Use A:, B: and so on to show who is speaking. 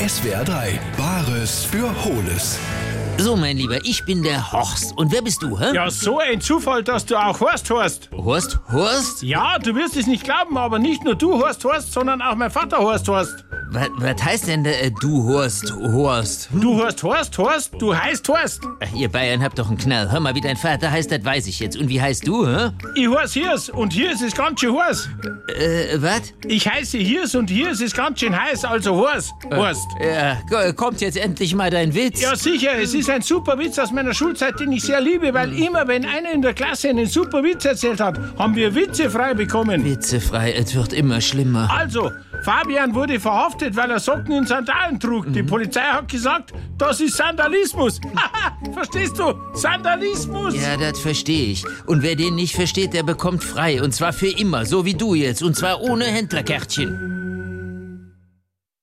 A: SWR 3, Bares für Hohles.
B: So, mein Lieber, ich bin der Horst. Und wer bist du, hä?
C: Ja, so ein Zufall, dass du auch Horst Horst.
B: Horst? Horst?
C: Ja, du wirst es nicht glauben, aber nicht nur du Horst Horst, sondern auch mein Vater Horst Horst.
B: Was, was heißt denn äh, du Horst? Horst? Hm?
C: Du Horst Horst Horst, du heißt Horst.
B: Ach, ihr Bayern habt doch einen Knall. Hör mal, wie dein Vater heißt, das weiß ich jetzt. Und wie heißt du, hä?
C: Ich heiß Hirs und hier ist es ganz schön heiß.
B: Äh, was?
C: Ich heiße Hirs und hier ist es ganz schön heiß, also Horst Horst.
B: Ja, ko- kommt jetzt endlich mal dein Witz.
C: Ja, sicher, es ist ein super Witz aus meiner Schulzeit, den ich sehr liebe, weil immer, wenn einer in der Klasse einen super Witz erzählt hat, haben wir Witze frei bekommen.
B: Witzefrei, es wird immer schlimmer.
C: Also, Fabian wurde verhaftet, weil er Socken und Sandalen trug. Die Polizei hat gesagt, das ist Sandalismus. Verstehst du? Sandalismus.
B: Ja, das verstehe ich. Und wer den nicht versteht, der bekommt frei. Und zwar für immer, so wie du jetzt. Und zwar ohne Händlerkärtchen.